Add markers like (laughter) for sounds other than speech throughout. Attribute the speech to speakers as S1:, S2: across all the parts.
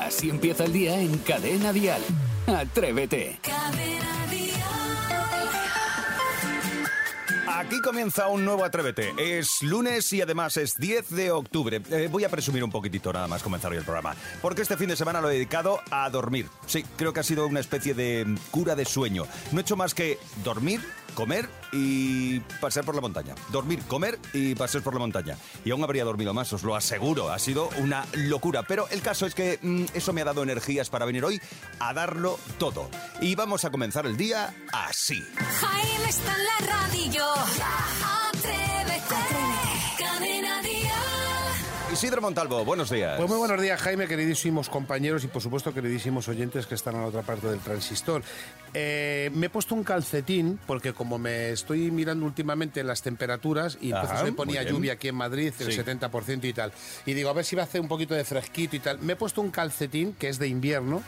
S1: Así empieza el día en Cadena Dial. Atrévete.
S2: Aquí comienza un nuevo Atrévete. Es lunes y además es 10 de octubre. Eh, voy a presumir un poquitito nada más comenzar hoy el programa. Porque este fin de semana lo he dedicado a dormir. Sí, creo que ha sido una especie de cura de sueño. No he hecho más que dormir, comer y pasear por la montaña. Dormir, comer y pasear por la montaña. Y aún habría dormido más, os lo aseguro. Ha sido una locura. Pero el caso es que mm, eso me ha dado energías para venir hoy a darlo todo. Y vamos a comenzar el día así.
S3: Jaime está en la radio. Atrévete. Cadena Dial.
S2: Isidro Montalvo, buenos días.
S4: Pues muy buenos días, Jaime, queridísimos compañeros y por supuesto queridísimos oyentes que están a la otra parte del transistor. Eh, me he puesto un calcetín porque como me estoy mirando últimamente las temperaturas y entonces
S2: Ajá,
S4: hoy ponía
S2: muy bien.
S4: lluvia aquí en Madrid, el
S2: Sí.
S4: 70% y tal, y digo, a ver si va a hacer un poquito de fresquito y tal. Me he puesto un calcetín que es de invierno.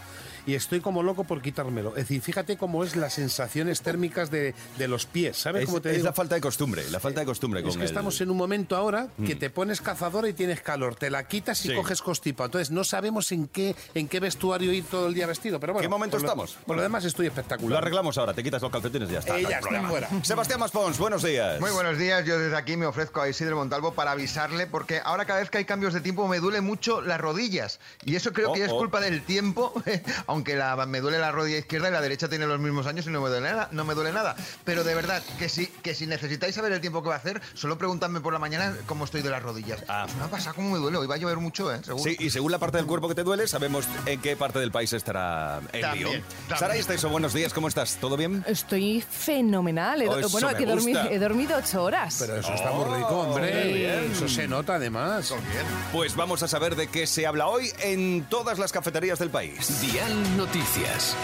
S4: Y estoy como loco por quitármelo. Es decir, fíjate cómo es las sensaciones térmicas de, de los pies. ¿Sabes
S2: Es,
S4: cómo te
S2: es
S4: digo?
S2: la falta de costumbre, la falta de costumbre con
S4: Es que
S2: el-
S4: estamos en un momento ahora que te pones cazadora y tienes calor, te la quitas y
S2: Sí.
S4: coges constipa. Entonces no sabemos en qué en qué vestuario ir todo el día vestido, pero bueno.
S2: ¿Qué momento
S4: por lo-
S2: estamos?
S4: por lo demás estoy
S2: Lo
S4: espectacular.
S2: arreglamos ahora, te quitas los calcetines y ya está.
S4: Eh,
S2: no hay
S4: ya está,
S2: problema.
S4: fuera.
S2: Sebastián Maspons, buenos días.
S5: Muy buenos días, yo desde aquí me ofrezco a Isidro Montalvo para avisarle porque ahora cada vez que hay cambios de tiempo me duele mucho las rodillas y eso creo que ya es
S2: Oh, oh.
S5: culpa del tiempo, (laughs) aunque la, me duele la rodilla izquierda y la derecha tiene los mismos años y no me duele nada, no me duele nada, pero de verdad que si, que si necesitáis saber el tiempo que va a hacer, solo preguntadme por la mañana cómo estoy de las rodillas.
S2: Ah.
S5: Pues me ha pasado como me duele, hoy va a llover mucho, ¿eh? Seguro.
S2: Sí, y según la parte del cuerpo que te duele, sabemos en qué parte del país estará el
S5: También,
S2: lío.
S5: también.
S2: Sara Esteso, buenos días, ¿cómo estás? ¿Todo bien?
S6: Estoy fenomenal. He,
S2: Oh, eso
S6: bueno,
S2: me
S6: que he dormi-
S2: gusta.
S6: he dormido ocho horas.
S4: Pero eso está muy rico,
S2: Oh, muy
S4: hombre.
S2: bien.
S4: Eso se nota además.
S5: Bien.
S2: Pues vamos a saber de qué se habla hoy en todas las cafeterías del país.
S1: Dial Noticias.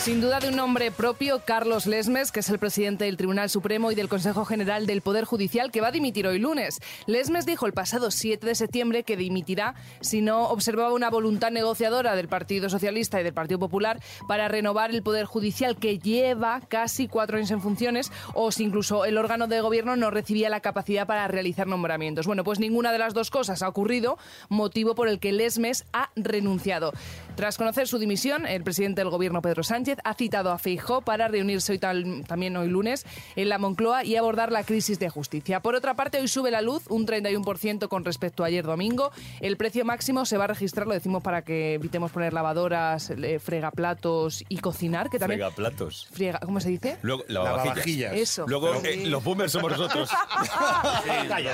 S6: Sin duda de un nombre propio, Carlos Lesmes, que es el presidente del Tribunal Supremo y del Consejo General del Poder Judicial, que va a dimitir hoy lunes. Lesmes dijo el pasado 7 de septiembre que dimitirá si no observaba una voluntad negociadora del Partido Socialista y del Partido Popular para renovar el Poder Judicial, que lleva casi cuatro años en funciones, o si incluso el órgano de gobierno no recibía la capacidad para realizar nombramientos. Bueno, pues ninguna de las dos cosas ha ocurrido, motivo por el que Lesmes ha renunciado. Tras conocer su dimisión, el presidente del gobierno, Pedro Sánchez, ha citado a Feijó para reunirse hoy tal- también hoy lunes en la Moncloa y abordar la crisis de justicia. Por otra parte, hoy sube la luz un 31% con respecto a ayer domingo. El precio máximo se va a registrar, lo decimos para que evitemos poner lavadoras, eh, fregaplatos y cocinar, que también...
S2: platos.
S6: Friega- ¿Cómo se dice?
S2: Luego, lavavajillas.
S4: Lavavajillas.
S6: Eso.
S2: Luego,
S6: Sí.
S2: eh, los boomers somos
S4: (laughs)
S2: nosotros.
S4: Sí,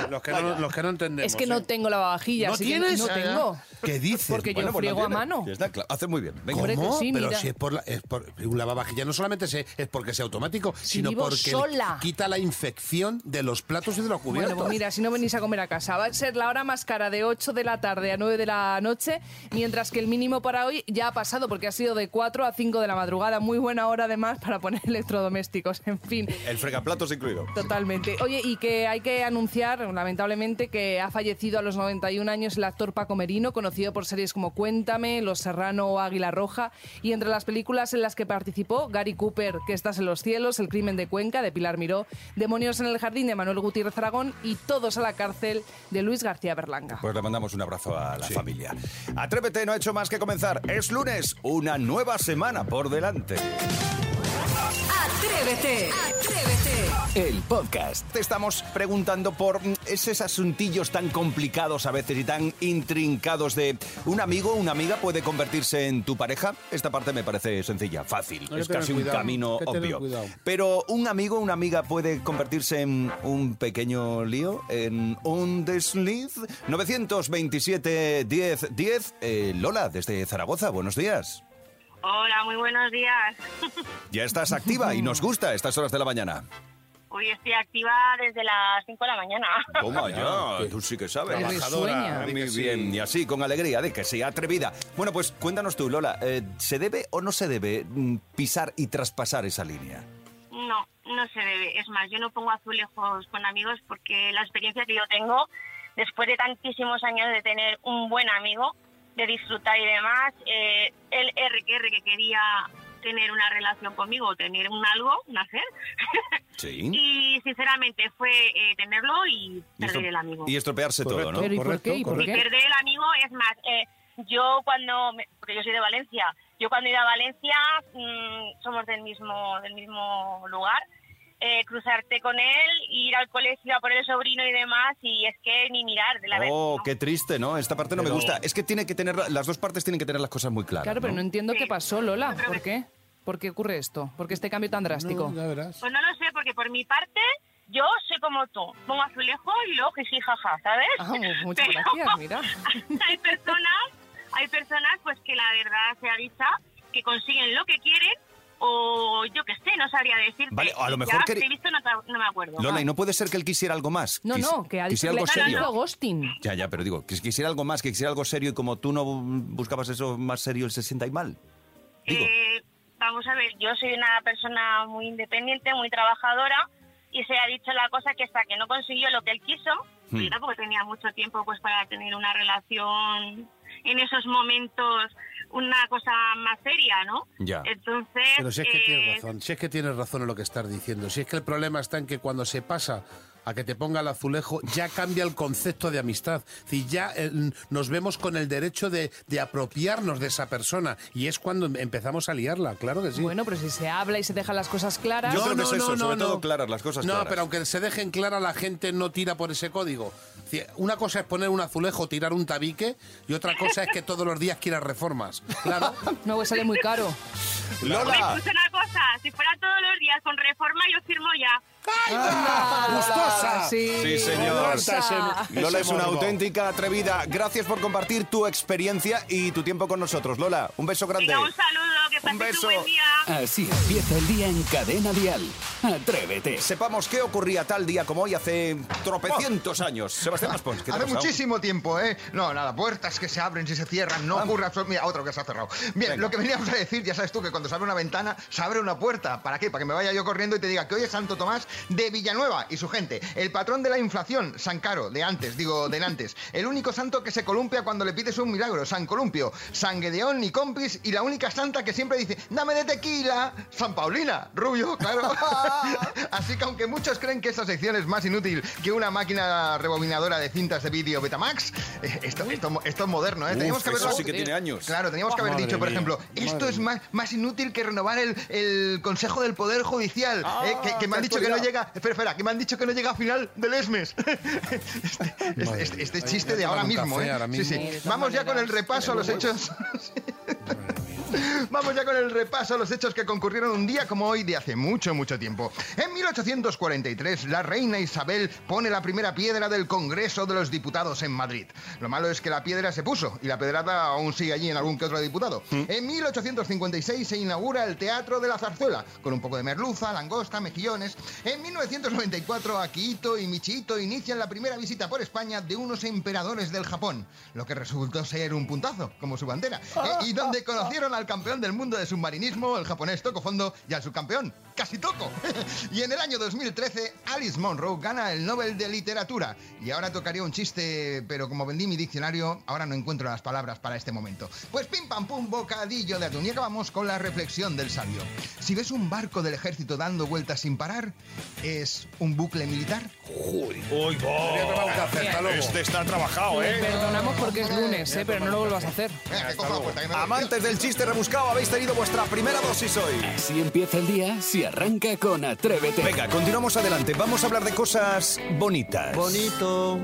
S4: los, que no, los que no entendemos.
S6: Es que no
S4: ¿eh?
S6: tengo lavavajillas.
S4: ¿No
S6: así que
S4: tienes? Ah.
S6: No
S4: Ya,
S5: ya.
S6: tengo.
S4: ¿Qué dices?
S6: Porque yo
S2: Bueno, pues no
S6: friego a
S2: tiene.
S6: mano.
S2: Ya está, claro. Hace muy bien. Venga.
S6: Hombre, que
S4: ¿Cómo?
S6: sí,
S4: Pero
S6: mira.
S4: si es por la, es por- un lavavajillas no solamente se- es porque sea automático, sino
S6: vivo
S4: porque
S6: sola.
S4: quita la infección de los platos y de los
S6: Bueno,
S4: cubiertos.
S6: pues mira, si no venís a comer a casa, va a ser la hora más cara de 8 de la tarde a 9 de la noche, mientras que el mínimo para hoy ya ha pasado porque ha sido de 4 a 5 de la madrugada. Muy buena hora además para poner (laughs) electrodomésticos, en fin.
S2: El fregaplatos incluido.
S6: Totalmente. Oye, y que hay que anunciar, lamentablemente, que ha fallecido a los 91 años el actor Paco Merino, conocido por series como Cuéntame, Los Serrano o Águila Roja. Y entre las películas en las que participó, Gary Cooper, Que estás en los cielos, El crimen de Cuenca, de Pilar Miró, Demonios en el jardín, de Manuel Gutiérrez Aragón y Todos a la cárcel, de Luis García Berlanga.
S2: Pues le mandamos un abrazo a la familia. Atrévete, no ha hecho más que comenzar. Es lunes, una nueva semana por delante.
S3: Atrévete. Atrévete.
S1: El podcast.
S2: Te estamos preguntando por mm, esos asuntillos tan complicados a veces y tan intrincados de un amigo o una amiga puede convertirse en tu pareja. Esta parte me parece sencilla, fácil,
S4: Hay que
S2: es casi
S4: tener
S2: un
S4: cuidado,
S2: camino
S4: hay que tener
S2: obvio.
S4: cuidado.
S2: Pero un amigo o una amiga puede convertirse en un pequeño lío, en un desliz. 927 10 10 Eh, Lola desde Zaragoza, buenos días.
S7: Hola, muy buenos días. (laughs)
S2: Ya estás activa y nos gusta estas horas de la mañana.
S7: Hoy estoy activa desde las 5 de la mañana.
S2: Toma ya, tú sí que sabes.
S6: Eres Trabajadora. sueña.
S2: Muy
S4: Di que sí.
S2: bien, y así, con alegría, de que sea atrevida. Bueno, pues cuéntanos tú, Lola, eh, ¿se debe o no se debe mm, pisar y traspasar esa línea?
S7: No, no se debe. Es más, yo no pongo azulejos con amigos porque la experiencia que yo tengo, después de tantísimos años de tener un buen amigo, de disfrutar y demás, eh, el RQR que quería tener una relación conmigo, tener un algo, un hacer,
S2: Sí.
S7: y sinceramente fue eh, tenerlo y
S2: estro-
S7: perder el amigo.
S2: y estropearse todo, ¿no?
S6: Pero ¿y por
S4: correcto,
S6: qué? ¿Y por
S7: Y
S6: qué?
S7: perder el amigo es más, eh, yo cuando, me- porque yo soy de Valencia, yo cuando he ido a Valencia, mm, somos del mismo, del mismo lugar, eh, cruzarte con él, ir al colegio a por el sobrino y demás, y es que ni mirar, de la verdad.
S2: Oh,
S7: ¿no?
S2: qué triste, ¿no? Esta parte no me
S4: Pero-
S2: gusta. Es que tiene que tener las dos partes tienen que tener las cosas muy claras.
S6: Claro, pero no entiendo
S7: Sí.
S6: qué pasó, Lola.
S7: Yo creo
S6: ¿Por
S7: que-
S6: qué? ¿Por qué ocurre esto? ¿Por qué este cambio tan drástico?
S4: No, ya verás.
S7: Pues no lo sé, porque por mi parte, yo soy como tú. Pongo azulejo y luego que sí, jaja, ¿sabes?
S6: Ah, mu-
S7: (laughs)
S6: muchas
S7: Pero
S6: gracias, mira.
S7: hay personas, hay personas pues que la verdad sea dicha, que consiguen lo que quieren o yo qué sé, no sabría decirte.
S2: Vale, o a lo mejor
S7: Ya,
S2: que-
S7: te he visto, no, te- no me acuerdo.
S2: Lola, y no puede ser que él quisiera algo más.
S6: No,
S2: Quis-
S6: no, que alguien
S2: quisiera
S6: le
S2: algo
S6: le hizo
S2: serio.
S6: ghosting.
S2: Ya, ya, pero digo, que quisiera algo más, que quisiera algo serio y como tú no buscabas eso más serio, él se sienta ahí mal. Digo,
S7: Eh, vamos a ver, yo soy una persona muy independiente, muy trabajadora y se ha dicho la cosa que hasta que no consiguió lo que él quiso,
S2: Hmm.
S7: yo tampoco tenía mucho tiempo pues para tener una relación en esos momentos una cosa más seria, ¿no?
S2: Ya.
S7: Entonces,
S4: Pero si es que
S7: eh,
S4: tienes razón, si es que tienes razón en lo que estás diciendo. Si es que el problema está en que cuando se pasa a que te ponga el azulejo, ya cambia el concepto de amistad. Si ya eh, nos vemos con el derecho de, de apropiarnos de esa persona. Y es cuando em- empezamos a liarla, claro que sí.
S6: Bueno, pero si se habla y se dejan las cosas claras.
S2: Yo creo que es eso, sobre todo claras, las cosas
S4: No,
S2: claras.
S4: pero aunque se dejen claras, la gente no tira por ese código. Si- Una cosa es poner un azulejo, tirar un tabique, y otra cosa es que todos los días quieras reformas. Claro.
S6: No, pues sale muy caro.
S7: Hombre,
S2: (laughs) Lola,
S7: pues una cosa, si fuera todos los días con reforma, yo firmo ya.
S1: Ah,
S4: ¡Gustosa!
S6: Sí,
S2: Sí, señor.
S4: Aguanta ese- ese
S2: Lola es una
S4: morbo.
S2: auténtica atrevida. Gracias por compartir tu experiencia y tu tiempo con nosotros. Lola, un beso grande.
S7: Venga, un saludo, que
S2: Un
S7: paséis
S2: beso.
S7: un buen día.
S1: Así empieza el día en Cadena Dial. Atrévete.
S2: Sepamos qué ocurría tal día como hoy hace tropecientos años. Sebastián Maspons, ¿qué te ha
S5: Oh. Hace
S2: pasado?
S5: muchísimo tiempo, ¿eh? No, nada, puertas que se abren, si se cierran, no ocurre absolutamente... Mira, otro que se ha cerrado. Bien,
S2: Venga.
S5: lo que veníamos a decir, ya sabes tú, que cuando se abre una ventana, se abre una puerta. ¿Para qué? Para que me vaya yo corriendo y te diga que hoy es Santo Tomás de Villanueva y su gente. El patrón de la inflación, San Caro, de antes, digo, de antes. El único santo que se columpia cuando le pides un milagro, San Columpio. San Gedeón, ni compis, y la única santa que siempre dice, dame de tequila, San Paulina, rubio, claro.
S2: (laughs)
S5: Así que aunque muchos creen que esta sección es más inútil que una máquina rebobinadora de cintas de vídeo Betamax, eh, esto, esto, esto es moderno, ¿eh?
S2: Uf,
S5: Teníamos que haberlo...
S2: eso sí que tiene años. Ah,
S5: Claro, teníamos que haber
S4: Madre
S5: dicho, por
S4: mía,
S5: ejemplo, esto es más, más inútil que renovar el, el Consejo del Poder Judicial,
S2: Ah,
S5: eh, que, que me han
S2: qué
S5: dicho que no
S2: actualidad.
S5: llega... Espera, espera, que me han dicho que no llega a final del ESMES. (laughs) este, este-
S4: Madre
S5: este-
S4: mía.
S5: este
S4: Hay-
S5: chiste
S4: hay
S5: de
S4: que
S5: ahora
S4: tomar un
S5: mismo,
S4: café
S5: ¿eh?
S4: ahora
S5: Sí,
S4: mismo.
S5: sí.
S6: Sí, de todas
S5: Vamos ya con el
S6: maneras,
S5: repaso a los hechos... (laughs) Vamos ya con el repaso a los hechos que concurrieron un día como hoy de hace mucho, mucho tiempo. En 1843, la reina Isabel pone la primera piedra del Congreso de los Diputados en Madrid. Lo malo es que la piedra se puso y la pedrada aún sigue allí en algún que otro diputado. En 1856 se inaugura el Teatro de la Zarzuela, con un poco de merluza, langosta, mejillones. En 1994, Akihito y Michihito inician la primera visita por España de unos emperadores del Japón, lo que resultó ser un puntazo, como su bandera. Eh, y donde conocieron al campeón del mundo de submarinismo, el japonés Toco Fondo, y al subcampeón, Casi Toco. y en el año 2013, Alice Monroe gana el Nobel de Literatura. Y ahora tocaría un chiste, pero como vendí mi diccionario, ahora no encuentro las palabras para este momento. Pues pim pam pum, bocadillo de atún. Y acabamos con la reflexión del sabio. Si ves un barco del ejército dando vueltas sin parar, ¿es un bucle militar?
S2: Uy, oh. va.
S4: Voy a tomar un café, hasta luego.
S2: Este está trabajado,
S6: Le
S2: ¿eh?
S6: perdonamos porque es lunes, ¿eh? pero no lo vuelvas a hacer.
S5: Venga, que cojo la puerta, que me voy.
S2: Amantes del chiste rebuscado, habéis tenido vuestra primera dosis hoy.
S1: Así empieza el día si arranca con Atrévete.
S2: Venga, continuamos adelante. Vamos a hablar de cosas bonitas.
S8: Bonito.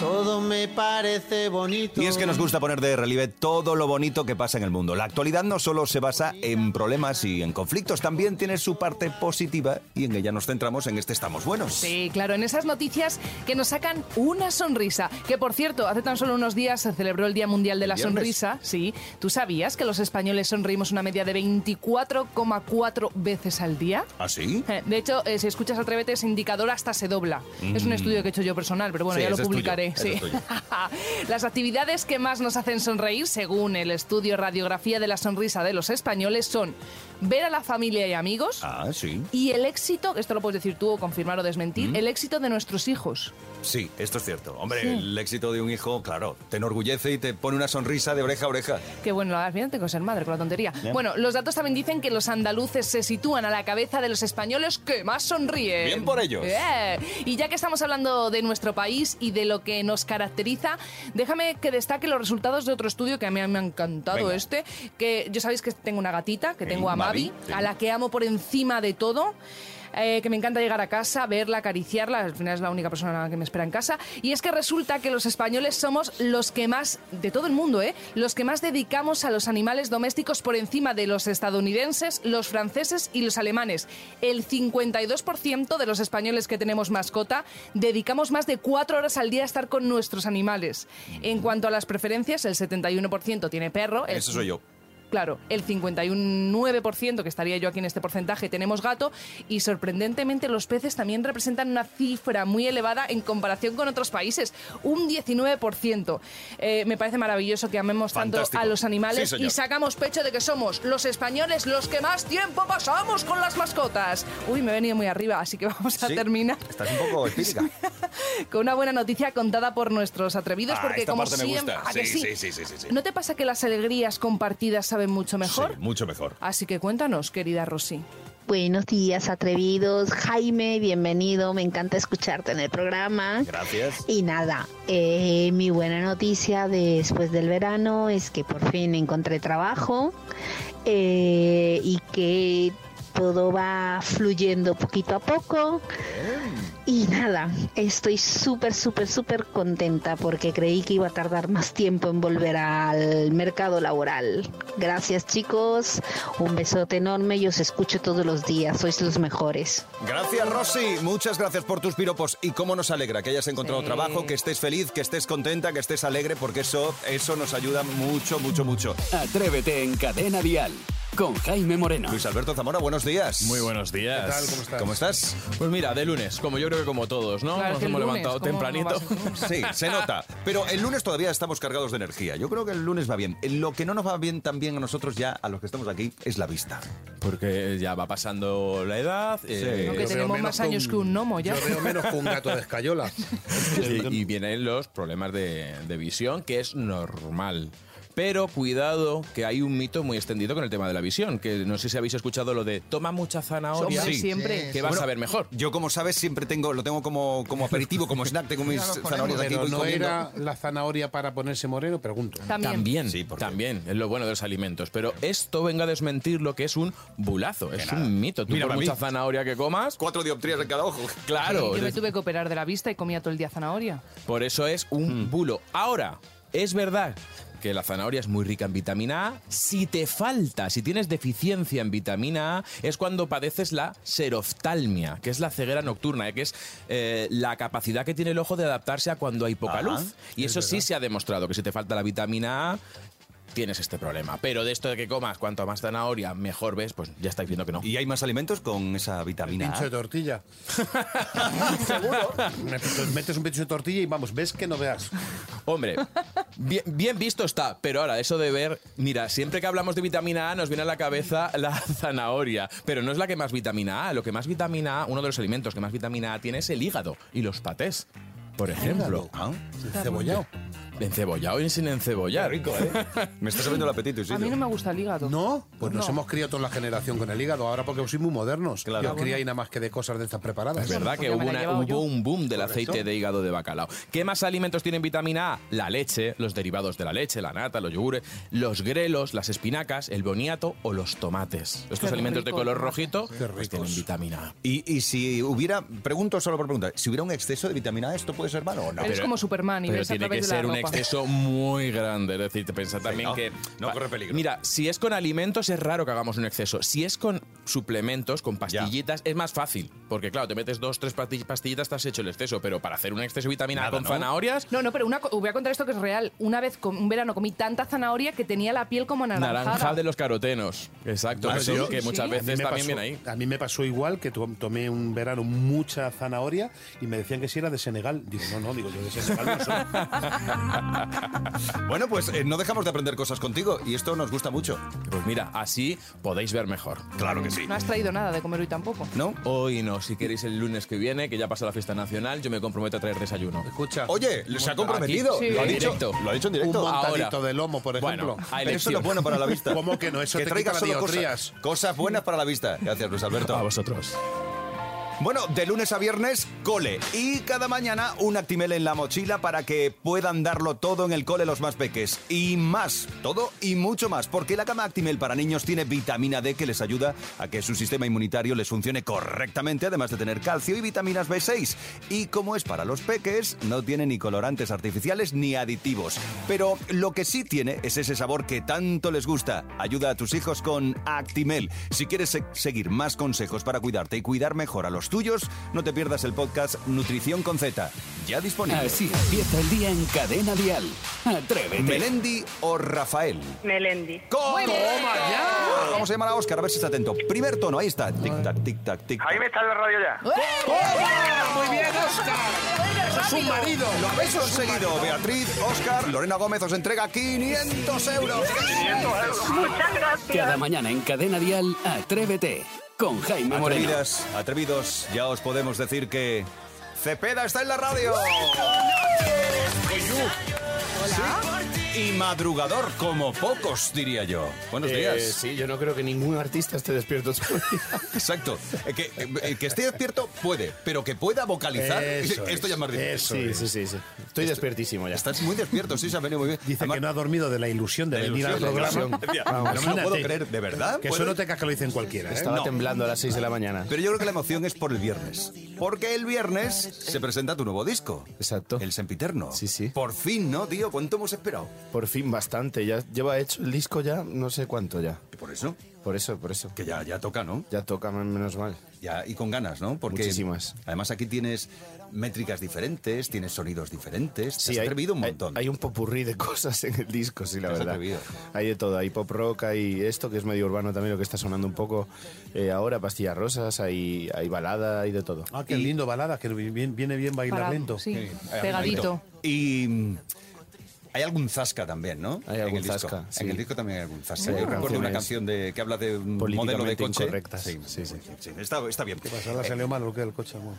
S8: Todo me parece bonito.
S2: Y es que nos gusta poner de relieve todo lo bonito que pasa en el mundo. La actualidad no solo se basa en problemas y en conflictos, también tiene su parte positiva y en ella nos centramos en este Estamos Buenos.
S6: Sí, claro, en esas noticias que nos sacan una sonrisa. Que por cierto, hace tan solo unos días se celebró el Día Mundial de la
S2: viernes.
S6: Sonrisa. Sí, ¿tú sabías que los españoles sonreímos una media de 24,4 veces al día?
S2: ¿Ah, sí?
S6: Eh, De hecho, eh, si escuchas Atrévete, ese indicador hasta se dobla. Es un estudio que he hecho yo personal, pero bueno,
S2: Mm. Sí,
S6: ya lo
S2: ese es tuyo,
S6: publicaré.
S2: ese es
S6: sí.
S2: tuyo.
S6: (laughs) Las actividades que más nos hacen sonreír, según el estudio Radiografía de la Sonrisa de los Españoles, son ver a la familia y amigos
S2: Ah, sí.
S6: y el éxito, esto lo puedes decir tú o confirmar o
S2: Mm.
S6: desmentir, el éxito de nuestros hijos.
S2: Sí, esto es cierto. Hombre, el éxito de un hijo, claro, te enorgullece y te pone una sonrisa de oreja a oreja.
S6: Que bueno, la verdad, tengo que ser madre con la tontería. Bueno, los datos también dicen que los andaluces se sitúan a la cabeza de los españoles que más sonríen.
S2: Bien por ellos.
S6: Bien. Y ya que estamos hablando de nuestro país y de lo que nos caracteriza, déjame que destaque los resultados de otro estudio que a mí me ha encantado
S2: Venga.
S6: este, que yo sabéis que tengo una gatita, que
S2: Sí,
S6: tengo a Mavi,
S2: Mavi, sí.
S6: a la que amo por encima de todo. eh, que me encanta llegar a casa, verla, acariciarla, al final es la única persona a la que me espera en casa, y es que resulta que los españoles somos los que más, de todo el mundo, ¿eh? los que más dedicamos a los animales domésticos por encima de los estadounidenses, los franceses y los alemanes. El 52% de los españoles que tenemos mascota dedicamos más de cuatro horas al día a estar con nuestros animales. En cuanto a las preferencias, el 71% tiene perro, el
S2: Eso soy yo.
S6: Claro, el 51,9% que estaría yo aquí en este porcentaje tenemos gato y sorprendentemente los peces también representan una cifra muy elevada en comparación con otros países, un 19%. Eh, me parece maravilloso que amemos
S2: Fantástico.
S6: tanto a los
S2: Sí,
S6: animales
S2: señor.
S6: y sacamos pecho de que somos los españoles los que más tiempo pasamos con las mascotas. Uy, me he venido muy arriba, así que vamos a
S2: Sí.
S6: terminar
S2: Estás un
S6: (laughs)
S2: poco espírica.
S6: con una buena noticia contada por nuestros atrevidos,
S2: Ah,
S6: porque
S2: esta
S6: como
S2: parte me
S6: siempre...
S2: gusta.
S6: ¿A que
S2: Sí, sí, sí, sí, sí, sí.
S6: ¿No te pasa que las alegrías compartidas saben mucho mejor?
S2: Sí, mucho mejor.
S6: Así que cuéntanos, querida Rosy.
S9: Buenos días, atrevidos. Jaime, bienvenido. Me encanta escucharte en el programa.
S2: Gracias.
S9: Y nada, eh, mi buena noticia después del verano es que por fin encontré trabajo eh, y que todo va fluyendo poquito a poco. Y nada, estoy súper, súper, súper contenta porque creí que iba a tardar más tiempo en volver al mercado laboral. Gracias chicos, un besote enorme, yo os escucho todos los días, sois los mejores.
S2: Gracias, Rosy. Muchas gracias por tus piropos. Y cómo nos alegra que hayas encontrado
S6: Sí.
S2: trabajo, que estés feliz, que estés contenta, que estés alegre, porque eso, eso nos ayuda mucho, mucho, mucho.
S1: Atrévete en Cadena Dial con Jaime Moreno.
S2: Luis Alberto Zamora, buenos días.
S10: Muy buenos días.
S4: ¿Qué tal? ¿Cómo estás?
S2: ¿Cómo estás?
S10: Pues mira, de lunes, como yo creo que como todos, ¿no?
S6: Claro, es
S10: Nos
S6: que el
S10: hemos
S6: lunes,
S10: levantado
S6: ¿cómo no va
S10: tempranito.
S6: a ser lunes?
S2: Sí, se nota. Pero el lunes todavía estamos cargados de energía. Yo creo que el lunes va bien. Lo que no nos va bien tan bien a nosotros ya, a los que estamos aquí, es la vista.
S10: Porque ya va pasando la edad
S6: Aunque
S10: eh,
S4: Yo veo
S6: tenemos
S4: menos
S6: más años que un gnomo ya.
S4: Yo veo menos que un gato
S6: (laughs)
S4: de
S2: (laughs)
S4: escayola.
S10: y, y vienen los problemas de, de visión, que es normal. Pero cuidado, que hay un mito muy extendido con el tema de la visión, que no sé si habéis escuchado lo de toma mucha zanahoria,
S6: Hombre,
S2: Sí.
S6: siempre.
S10: que vas a ver mejor.
S2: Yo, como sabes, siempre tengo, lo tengo como, como
S10: (laughs)
S2: aperitivo, como snack, tengo mis zanahorias aquí.
S4: Pero
S2: voy
S4: no
S2: comiendo.
S4: era la zanahoria para ponerse moreno, pregunto.
S6: También.
S10: También,
S2: Sí, porque-
S10: también, es lo bueno de los alimentos. Pero esto venga a desmentir lo que es un bulazo, es
S2: nada.
S10: un mito. Tú
S2: Mira
S10: por
S2: para mí.
S10: mucha zanahoria que comas,
S2: Cuatro dioptrías en cada ojo.
S10: claro,
S6: Yo me
S10: es-
S6: tuve que operar de la vista y comía todo el día zanahoria.
S10: por eso es un bulo. Ahora, es verdad que la zanahoria es muy rica en vitamina A. Si te falta, si tienes deficiencia en vitamina A, es cuando padeces la seroftalmia, que es la ceguera nocturna, eh, que es eh, la capacidad que tiene el ojo de adaptarse a cuando hay poca
S2: Ajá,
S10: luz. Y eso sí se ha demostrado, que si te falta la vitamina A, tienes este problema. Pero de esto de que comas cuanto más zanahoria, mejor ves, pues ya estáis viendo que no.
S2: ¿Y hay más alimentos con esa vitamina
S4: Pincho de
S10: (laughs)
S2: A?
S4: tortilla. Seguro. Metes un pincho de tortilla y vamos, ves que no veas.
S10: Hombre, bien, bien visto está, pero ahora eso de ver, mira, siempre que hablamos de vitamina A nos viene a la cabeza la (laughs) zanahoria, pero no es la que más vitamina A, lo que más vitamina A, uno de los alimentos que más vitamina A tiene es el hígado y los patés, por ejemplo.
S2: Ah,
S4: Cebollado.
S10: Encebollado y sin encebollar.
S2: rico,
S10: (laughs)
S2: ¿eh? Me está sabiendo el apetito,
S6: A
S2: Isidro.
S6: mí no me gusta el hígado.
S4: No, pues nos
S6: No.
S4: hemos criado toda la generación con el hígado, ahora porque sois muy modernos.
S2: Claro.
S4: Yo cría y nada más que de cosas de estas preparadas.
S10: Es verdad
S6: Pues
S10: que
S6: ya
S10: hubo,
S6: me la he
S10: una-
S6: llevado
S10: hubo
S6: Ah, yo.
S10: un boom del
S4: Correcto.
S10: aceite de hígado de bacalao. ¿Qué más alimentos tienen vitamina A? La leche, los derivados de la leche, la nata, los yogures, los grelos, las espinacas, el boniato o los tomates. Estos
S6: Qué
S10: alimentos
S6: rico.
S10: de color rojito
S4: Qué
S10: pues
S4: ricos.
S10: tienen vitamina A.
S2: Y, y si hubiera, pregunto solo por preguntar, si hubiera un exceso de vitamina A, ¿esto puede ser malo o no?
S6: Eres
S10: pero-
S6: como Superman y
S10: Pero
S6: ves a
S10: tiene que
S6: través de la
S10: ser un
S6: ropa.
S10: exceso muy grande. Es decir, te piensa también
S2: no,
S10: que.
S2: no corre peligro.
S10: Mira, si es con alimentos es raro que hagamos un exceso. Si es con suplementos con pastillitas. Es más fácil, porque claro, te metes dos, tres pastill- pastillitas, estás hecho el exceso, pero para hacer un exceso de vitamina
S2: Nada,
S10: A con
S2: ¿no?
S10: zanahorias,
S6: No, no, pero una, co- voy a contar esto que es real. Una vez, com- un verano, comí tanta zanahoria que tenía la piel como anaranjada.
S10: naranja de los carotenos. Exacto,
S4: Bueno,
S10: que, son-
S4: yo-
S10: que muchas
S6: sí.
S4: A mí
S10: veces
S4: me pasó-
S10: también viene ahí.
S4: A mí me pasó igual que to- tomé un verano mucha zanahoria y me decían que si era de Senegal. Digo, no, no, digo, yo de Senegal no soy.
S2: Bueno, pues eh, no dejamos de aprender cosas contigo y esto nos gusta mucho.
S10: Pues mira, así podéis ver mejor.
S2: Claro que sí.
S6: No has traído nada de comer hoy tampoco.
S2: ¿No?
S10: Hoy no, si queréis el lunes que viene, que ya pasa la fiesta nacional, yo me comprometo a traer desayuno.
S4: Escucha,
S2: Oye, se ha compromentido.
S6: Sí.
S2: Lo, ha
S10: En
S2: dicho,
S10: directo.
S2: lo ha dicho en
S4: un
S2: directo.
S10: Ahora.
S4: montadito de lomo, por ejemplo.
S10: Bueno, a
S2: Pero eso no
S10: elección.
S2: es bueno para la vista.
S4: ¿Cómo que no? Eso
S2: que
S4: te
S2: traiga
S4: quita la
S2: solo cosas,
S4: diotrías.
S2: cosas buenas para la vista. Gracias, Luis Alberto.
S10: A vosotros.
S2: Bueno, de lunes a viernes, cole. Y cada mañana un Actimel en la mochila para que puedan darlo todo en el cole los más peques. Y más, todo y mucho más. Porque la cama Actimel para niños tiene vitamina D que les ayuda a que su sistema inmunitario les funcione correctamente, además de tener calcio y vitaminas B6. Y como es para los peques, no tiene ni colorantes artificiales ni aditivos. Pero lo que sí tiene es ese sabor que tanto les gusta. Ayuda a tus hijos con Actimel. Si quieres se- seguir más consejos para cuidarte y cuidar mejor a los tuyos, no te pierdas el podcast Nutrición con Z. Ya disponible.
S1: Así empieza el día en cadena Dial. Atrévete.
S2: Melendi o Rafael.
S7: Melendi.
S2: ¡Toma ya! Vamos a llamar a Oscar a ver si está atento. Primer tono, ahí está. Tic tac, tic tac, tic. tac.
S11: Ahí me está en la radio ya.
S4: Muy bien, Oscar. Eso es un marido.
S2: Lo habéis conseguido, Beatriz, Oscar, Lorena Gómez os entrega 500 euros.
S7: Muchas
S1: Cada
S7: gracias.
S1: mañana en cadena Dial, atrévete. Con Jaime Moreno.
S2: Atrevidas, atrevidos, ya os podemos decir que Cepeda está en la radio. Sí. Y madrugador como pocos, diría yo. Buenos días.
S12: Eh, sí, yo no creo que ningún artista esté despierto todo el día.
S2: (laughs) Exacto. Eh, Que, eh, que esté despierto puede, pero que pueda vocalizar.
S12: Eso
S2: esto ya es más difícil.
S12: Eso sí, sí, sí, sí. Estoy despiertísimo ya.
S2: Estás muy despierto, sí, se ha venido muy bien.
S4: Dice
S2: Además,
S4: que no ha dormido de la ilusión de
S2: la
S4: venir al
S2: ilusión, la
S4: programa.
S2: ilusión. Decía,
S4: Vamos,
S2: no me lo puedo
S4: imagínate.
S2: creer, ¿de verdad?
S4: Que
S2: ¿Puedo?
S4: eso no te que lo dicen cualquiera. ¿eh?
S12: Estaba
S2: No.
S12: temblando a las 6 de la mañana.
S2: Pero yo creo que la emoción es por el viernes. Porque el viernes se presenta tu nuevo disco.
S12: Exacto.
S2: El Sempiterno.
S12: Sí, sí.
S2: Por fin, ¿no, tío? ¿Cuánto hemos esperado?
S12: Por fin bastante. Ya lleva hecho el disco ya, no sé cuánto ya.
S2: Y por eso,
S12: Por eso, por eso.
S2: que ya, ya toca, ¿no?
S12: Ya toca men- menos mal.
S2: Ya, y con ganas, ¿no? Porque
S12: Muchísimas.
S2: Además aquí tienes métricas diferentes, tienes sonidos diferentes. Te has
S12: hay-
S2: atrevido un
S12: hay-
S2: montón.
S12: Hay, un popurrí de (laughs) cosas en el disco, sí, la
S2: Te has
S12: verdad.
S2: atrevido.
S12: Hay de todo. Hay pop rock, hay esto que es medio urbano también, lo que está sonando un poco eh, ahora, pastillas rosas, hay, hay balada, hay de todo.
S4: Ah, qué lindo balada, que bien- viene bien bailar
S6: Para-
S4: lento.
S6: Sí,
S2: Hay
S6: pegadito.
S2: algún- Y mm, hay algún zasca también, ¿no?
S12: Hay
S2: En
S12: algún
S2: el disco.
S12: zasca, sí.
S2: En el disco también hay algún zasca.
S12: Sí,
S2: Yo
S12: hay
S2: recuerdo una
S12: canciones
S2: canción de, que habla de un modelo de
S12: políticamente
S2: coche.
S12: incorrectas. Sí, sí.
S2: Está, está bien.
S4: ¿Qué pasa? ¿Ahora
S2: Eh,
S4: salió mal o qué el coche? amor?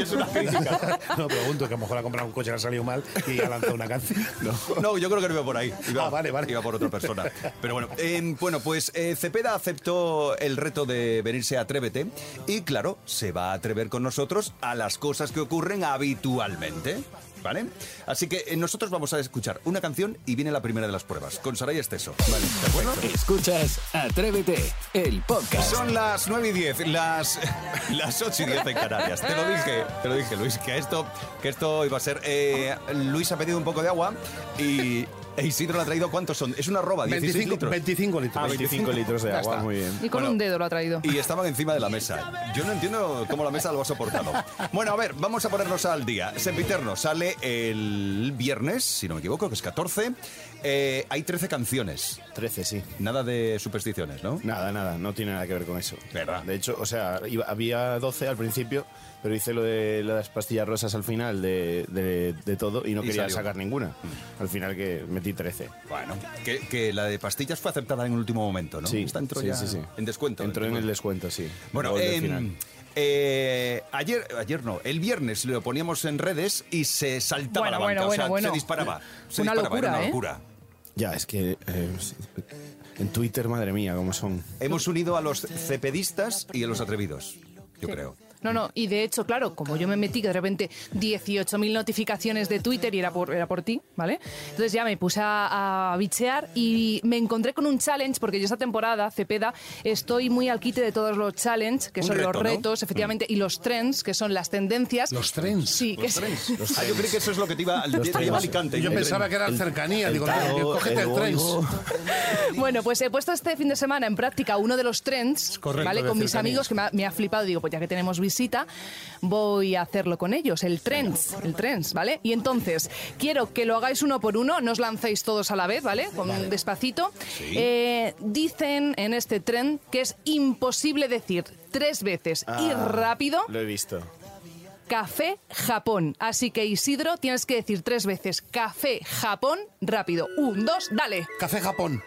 S2: es una crítica.
S4: (laughs) No, pregunto, que a lo mejor ha comprado un coche, le ha salido mal y ha lanzado una canción.
S2: (laughs) No, yo creo que no iba por ahí. Iba,
S4: Ah, vale, vale.
S2: iba por otra persona. Pero bueno, eh, bueno pues eh, Cepeda aceptó el reto de venirse a Atrévete y claro, se va a atrever con nosotros a las cosas que ocurren habitualmente. ¿Vale? Así que eh, nosotros vamos a escuchar una canción y viene la primera de las pruebas, con Saray Esteso. Vale, ¿de acuerdo?
S1: Escuchas Atrévete, el podcast.
S2: Son las 9 y 10, las, (laughs) las 8 y 10 en Canarias. Te lo dije, te lo dije, Luis, que esto, que esto iba a ser. eh, Luis ha pedido un poco de agua y (laughs) e Isidro le ha traído. ¿Cuántos son? Es una roba, 16
S4: 25,
S2: litros.
S4: 25 litros.
S2: Ah,
S12: 25 litros de
S2: Ya
S12: agua,
S2: está.
S12: muy bien.
S6: Y con
S2: Bueno.
S6: un dedo lo ha traído.
S2: Y estaban encima de la mesa. Yo no entiendo cómo la mesa lo ha soportado. Bueno, a ver, vamos a ponernos al día. Sempiterno sale el viernes, si no me equivoco, que es 14. Eh, hay 13 canciones.
S12: 13, sí.
S2: Nada de supersticiones, ¿no?
S12: Nada, nada, no tiene nada que ver con eso.
S2: ¿Verdad?
S12: De hecho, o sea, iba- había 12 al principio, pero hice lo de las pastillas rosas al final de, de- de todo y no
S2: Y
S12: quería
S2: salió.
S12: sacar ninguna. Al final que metí 13.
S2: Bueno, que, que la de pastillas fue aceptada en el último momento, ¿no?
S12: Sí,
S2: Está entró
S12: sí,
S2: ya
S12: sí, sí.
S2: en descuento.
S12: Entró en el descuento, sí.
S2: Bueno,
S12: Gol del
S2: em,
S12: final.
S2: eh, ayer, ayer no, el viernes lo poníamos en redes y se saltaba
S6: Bueno,
S2: la banca,
S6: bueno,
S2: o sea,
S6: bueno, bueno.
S2: se disparaba. Se
S6: Una
S2: disparaba, era
S6: locura,
S2: una
S6: ¿eh?
S2: locura.
S12: Ya, es que eh, en Twitter, madre mía, cómo son.
S2: Hemos unido a los cepedistas y a los atrevidos, yo creo.
S6: No, no, y de hecho, claro, como yo me metí que de repente 18.000 notificaciones de Twitter y era por, era por ti, ¿vale? Entonces ya me puse a, a bichear y me encontré con un challenge, porque yo esta temporada, Cepeda, estoy muy al quite de todos los challenge, que
S2: Un
S6: son
S2: reto,
S6: los
S2: ¿no? Mm.
S6: retos, efectivamente, y los trends, que son las tendencias.
S4: Los trends.
S6: Sí, que
S2: Los
S6: se-
S2: trens. Ah, yo creo que eso es lo que te iba
S4: Los
S2: te iba
S4: trens.
S2: a Alicante.
S4: Yo pensaba que era
S2: El-
S4: cercanía,
S2: el
S4: digo,
S2: Tajo,
S4: tío, cógete el tren.
S2: Boigo.
S6: Bueno, pues he puesto este fin de semana en práctica uno de los trends,
S4: Correcto,
S6: ¿vale?
S4: de
S6: Con mis
S4: cercanías.
S6: amigos que me ha, me ha flipado. Digo, pues ya que tenemos visita, voy a hacerlo con ellos. El trends, el trends, ¿vale? Y entonces, quiero que lo hagáis uno por uno, no os lancéis todos a la vez, ¿vale? Con despacito. Eh, dicen en este trend que es imposible decir tres veces y
S12: Ah,
S6: rápido
S12: Lo he visto.
S6: café Japón. Así que Isidro, tienes que decir tres veces café Japón rápido. Un, dos, dale.
S4: Café Japón.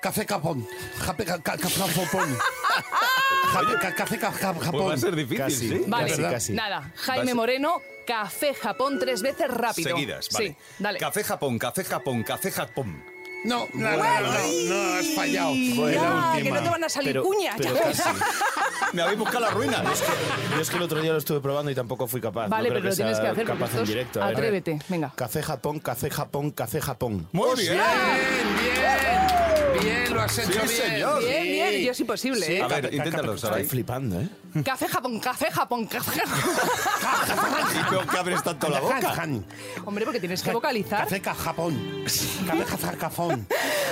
S4: Café Japón. Jape- ca- ca- ca- Japón. Jape- ca- Café ca- ja- Japón.
S2: Pues va a ser difícil,
S12: Casi.
S2: ¿sí?
S6: Vale,
S12: Casi,
S4: ¿Verdad?
S12: casi.
S6: nada.
S2: Va a
S6: Jaime
S2: ser-
S6: Moreno, Café Japón tres veces rápido.
S2: Seguidas, vale.
S6: Sí, dale.
S2: Café Japón, café Japón, café Japón.
S4: No, no, no, no, no, no, has fallado.
S6: Ya,
S4: Es la
S6: que
S4: última.
S6: no te van a salir
S12: Pero-
S6: cuñas.
S12: pero
S6: ya ves. (laughs)
S12: casi.
S2: Me habéis buscado la ruina.
S12: Yo es que el otro día lo estuve probando y tampoco fui capaz.
S6: Vale,
S12: No creo
S6: pero lo
S12: sea
S6: tienes que hacer porque
S12: capaz
S6: esto
S12: en
S6: es-
S12: directo. ¿eh? a ver.
S6: atrévete, venga.
S12: Café Japón, café Japón, café Japón.
S2: Muy bien.
S4: Bien, bien. Bien, lo has hecho bien.
S2: señor.
S6: Bien, bien, yo es imposible. ¿eh?
S2: A ver, inténtalo,
S12: Estoy
S2: Saray.
S12: flipando, ¿eh?
S6: Café Japón, Café Japón, (laughs) Café Japón.
S2: ¿Y por qué abres tanto la boca?
S4: Han,
S6: Hombre, porque tienes que
S4: han.
S6: vocalizar.
S4: Café ca- Japón. Café ca- Japón.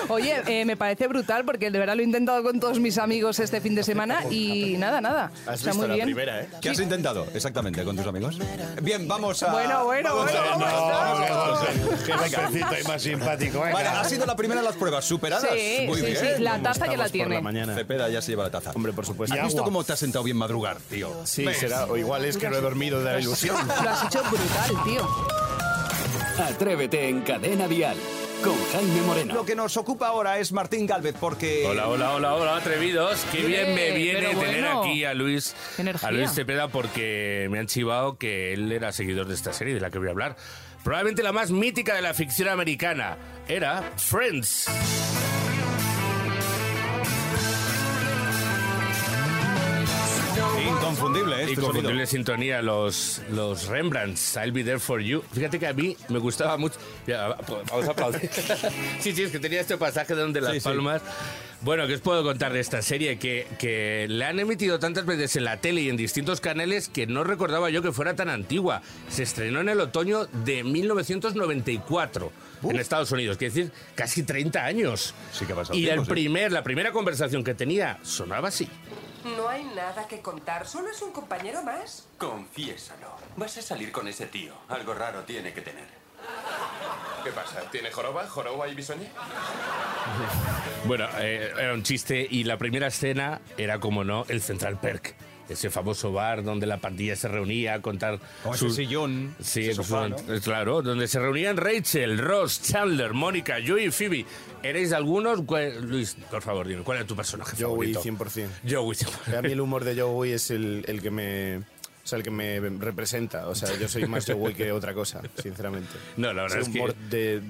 S6: Oye, eh, me parece brutal porque de verdad lo he intentado con todos mis amigos este fin de semana y nada, nada.
S12: Has
S6: Está
S12: visto
S6: muy
S12: la
S6: bien.
S12: primera, ¿eh?
S2: ¿Qué has intentado exactamente con tus amigos? Bien, vamos a...
S6: Bueno, bueno,
S2: vamos a-
S6: bueno, vamos,
S2: vamos, vamos, vamos.
S4: Qué bacecito y más simpático. venga.
S2: Vale, ha sido la primera de las pruebas superadas.
S6: Sí,
S2: Muy
S6: sí,
S2: bien.
S6: sí, la taza ya la
S12: Estamos Por la
S6: tiene.
S12: mañana.
S2: Cepeda ya se lleva la taza.
S12: Hombre, por supuesto.
S2: ¿Has visto
S4: agua.
S2: cómo te has sentado bien madrugar, tío?
S12: Sí,
S2: ¿Ves?
S12: será. O igual es que no he dormido de
S2: (laughs)
S12: la ilusión.
S6: Lo has hecho brutal, tío.
S1: Atrévete en Cadena Dial con Jaime Moreno.
S2: Lo que nos ocupa ahora es Martín Galvez, porque...
S11: Hola, hola, hola, hola, atrevidos. Qué bien me
S6: Bien,
S11: viene
S6: pero
S11: tener
S6: bueno.
S11: aquí a Luis,
S6: Qué energía.
S11: a Luis Cepeda porque me han chivado que él era seguidor de esta serie de la que voy a hablar. Probablemente la más mítica de la ficción americana. Era Friends.
S2: Inconfundible, ¿eh?
S11: Y
S2: este
S11: con
S2: sonido.
S11: de sintonía los, los Rembrandts, I'll be there for you. Fíjate que a mí me gustaba mucho. Ya, vamos a aplaudir. sí, sí, es que tenía este pasaje donde las
S2: Sí, sí.
S11: palmas. Bueno, ¿qué os puedo contar de esta serie? Que, que la han emitido tantas veces en la tele y en distintos canales que no recordaba yo que fuera tan antigua. Se estrenó en el otoño de 1994 en Estados Unidos, quiere decir, casi 30 años.
S2: Sí que ha pasado
S11: Y
S2: tiempo,
S11: el
S2: sí.
S11: primer, la primera conversación que tenía sonaba así.
S13: No hay nada que contar, solo es un compañero más.
S8: Confiésalo. Vas a salir con ese tío. Algo raro tiene que tener. ¿Qué pasa? ¿Tiene joroba? ¿Joroba y bisoñé?
S11: Bueno, eh, era un chiste y la primera escena era, como no, el Central Perk. Ese famoso bar donde la pandilla se reunía a contar...
S2: Con ese
S11: sus-
S2: sillón,
S11: Sí,
S2: ese
S11: con
S2: sofá,
S11: sus-
S2: ¿no?
S11: eh, claro, donde se reunían Rachel, Ross, Chandler, Mónica, Joey y Phoebe. ¿Erais algunos? ¿Cuál- Luis, por favor, dime, ¿cuál era tu personaje
S12: Joey,
S11: favorito?
S12: 100%.
S11: Joey,
S12: A mí el humor de Joey es el, el que me... O sea, el que me representa. O sea, yo soy más Joey que otra cosa, sinceramente.
S11: No, la verdad
S12: Ese
S11: es que-
S12: humor de...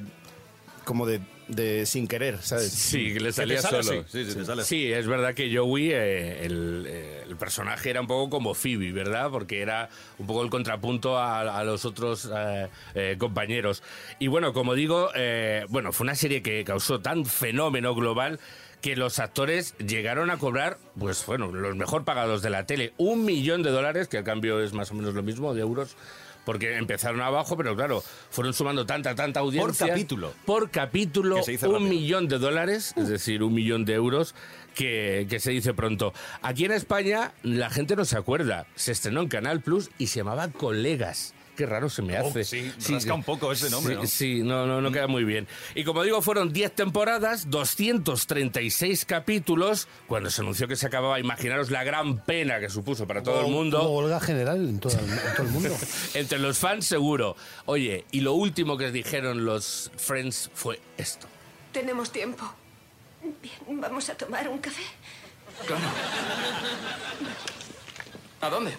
S12: Como de, de sin querer, ¿sabes?
S11: Sí, que le salía
S2: sale
S11: solo.
S2: así, sí, sí, te sale así.
S11: Sí, es verdad que Joey, eh, el, eh, el personaje era un poco como Phoebe, ¿verdad? Porque era un poco el contrapunto a, a los otros eh, eh, compañeros. Y bueno, como digo, eh, bueno, fue una serie que causó tan fenómeno global que los actores llegaron a cobrar, pues bueno, los mejor pagados de la tele, un millón de dólares, que al cambio es más o menos lo mismo, de euros, porque empezaron abajo, pero claro, fueron sumando tanta, tanta audiencia.
S2: capítulo.
S11: Por capítulo,
S2: Que se dice
S11: un
S2: rápido.
S11: millón de dólares, es decir, un millón de euros, que, que se dice pronto. Aquí en España la gente no se acuerda. Se estrenó en Canal Plus y se llamaba Colegas. Qué raro se me
S2: Oh,
S11: hace.
S2: sí, rasca un poco ese nombre,
S11: Sí,
S2: ¿no? Mm.
S11: sí, no, no, no queda muy bien. Y como digo, fueron 10 temporadas, 236 capítulos. Cuando se anunció que se acababa, imaginaros la gran pena que supuso para todo el mundo.
S4: Hubo huelga general en todo el, en todo el mundo.
S11: (laughs) Entre los fans, seguro. Oye, y lo último que dijeron los Friends fue esto.
S13: Tenemos tiempo. Bien, vamos a tomar un café.
S8: ¿A dónde?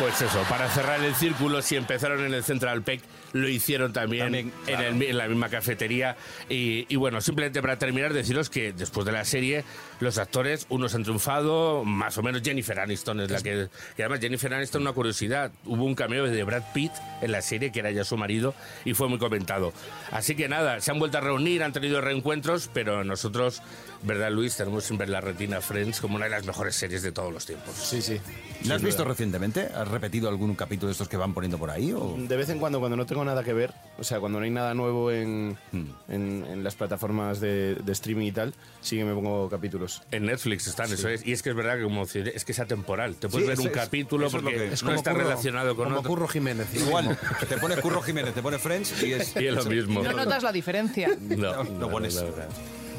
S11: Pues eso, para cerrar el círculo, si empezaron en el Central PEC, lo hicieron también, en, el mi- en la misma cafetería. Y, y bueno, simplemente para terminar, deciros que después de la serie, los actores, unos han triunfado, más o menos Jennifer Aniston es la que... Y además Jennifer Aniston, una curiosidad, hubo un cameo de Brad Pitt en la serie, que era ya su marido, y fue muy comentado. Así que nada, se han vuelto a reunir, han tenido reencuentros, pero nosotros, ¿verdad Luis? Tenemos sin ver la retina Friends como una de las mejores series de todos los tiempos.
S12: Sí, sí.
S2: ¿La has
S12: Sin
S2: visto
S12: duda.
S2: recientemente? ¿Has repetido algún capítulo de estos que van poniendo por ahí? O...
S12: De vez en cuando, cuando no tengo nada que ver, o sea, cuando no hay nada nuevo en,
S11: Hmm.
S12: en- en las plataformas de, de streaming y tal, sí que me pongo capítulos.
S11: En Netflix están,
S12: Sí.
S11: eso es. Y es que es verdad que como decir, es que es atemporal. Te puedes
S12: Sí,
S11: ver
S12: eso
S11: un
S12: es-
S11: capítulo
S12: eso es lo
S11: porque
S12: que- es
S11: no
S12: como
S11: está
S12: Curro-
S11: relacionado con
S12: como
S11: otro.
S4: Curro Jiménez.
S2: Igual, (laughs) te pones Curro Jiménez, te pones Friends y es,
S11: Y es lo mismo.
S6: No notas la diferencia.
S11: No,
S2: no pones.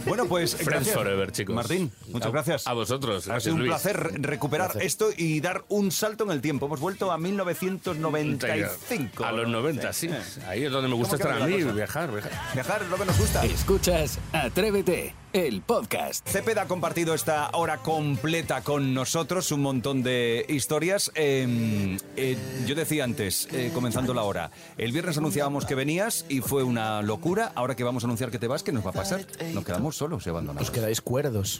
S2: Bueno, pues
S11: Friends
S2: gracias.
S11: forever, chicos.
S2: Martín, muchas
S11: A-
S2: gracias.
S11: a vosotros,
S2: Ha
S11: gracias,
S2: sido un
S11: Luis.
S2: placer re- recuperar este esto
S11: Gracias.
S2: y dar un salto en el tiempo. Hemos vuelto a 1995.
S11: A los 90, sí. Ahí es donde me gusta
S2: ¿Cómo
S11: estar a
S2: cambia
S11: mí,
S2: la cosa?
S11: viajar, viajar.
S2: Viajar es lo que nos gusta.
S1: Escuchas Atrévete, el podcast.
S2: Cepeda ha compartido esta hora completa con nosotros, un montón de historias. Eh, eh, yo decía antes, eh, comenzando la hora, el viernes anunciábamos que venías y fue una locura. Ahora que vamos a anunciar que te vas, ¿qué nos va a pasar? Nos quedamos solos y
S12: (laughs)
S2: abandonados.
S12: Os quedáis cuerdos.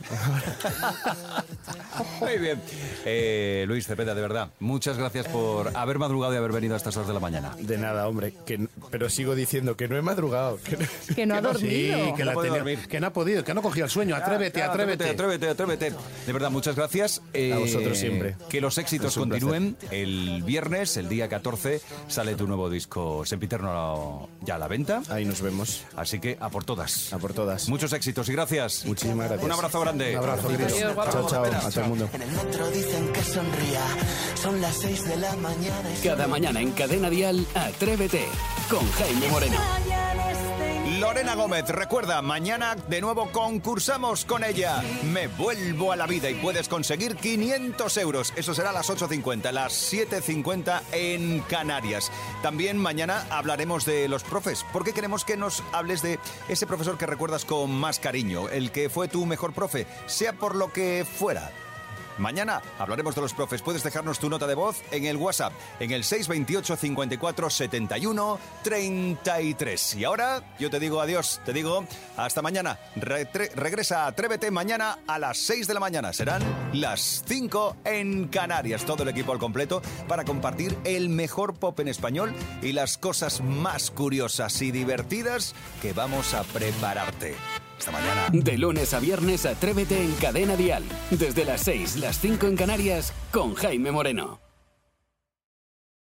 S2: Muy bien. Eh, Luis Cepeda, de verdad, muchas gracias por haber madrugado y haber venido a estas horas de la mañana.
S12: De nada, hombre. Que, n- pero sigo diciendo que no he madrugado. Que no,
S6: Que no ha
S12: (laughs)
S6: dormido.
S4: Sí, que,
S2: No
S4: la
S2: puede
S4: tenía-
S2: dormir.
S4: que no ha podido, que no cogía el sueño. Atrévete,
S2: Ya, ya,
S4: atrévete.
S2: atrévete, atrévete, atrévete. De verdad, muchas gracias. Eh,
S12: vosotros siempre.
S2: Que los éxitos
S12: Es un
S2: continúen. El viernes, el día 14, sale tu nuevo disco Sempiterno ya a la venta.
S12: Ahí nos vemos.
S2: Así que a por todas.
S12: A por todas.
S2: Muchos éxitos y gracias.
S12: Muchísimas gracias.
S2: Un abrazo grande.
S12: Un abrazo, querido.
S6: Adiós, guapo.
S12: Chao, chao. A todo el mundo.
S14: En el metro dicen que sonría. Son las 6 de la mañana. y
S1: Cada mañana en Cadena Dial, Atrévete con Jaime Moreno.
S2: Lorena Gómez, recuerda, mañana de nuevo concursamos con ella. Me vuelvo a la vida y puedes conseguir 500 euros. Eso será a las 8.50, las 7.50 en Canarias. También mañana hablaremos de los profes, porque queremos que nos hables de ese profesor que recuerdas con más cariño, el que fue tu mejor profe, sea por lo que fuera. Mañana hablaremos de los profes. Puedes dejarnos tu nota de voz en el WhatsApp, en el 628 54 71 33. Y ahora yo te digo adiós, te digo hasta mañana. Retre- regresa a Atrévete mañana a las 6 de la mañana. Serán las 5 en Canarias. Todo el equipo al completo para compartir el mejor pop en español y las cosas más curiosas y divertidas que vamos a prepararte. Hasta mañana.
S1: De lunes a viernes, Atrévete en Cadena Dial. Desde las 6, las 5 en Canarias, con Jaime Moreno.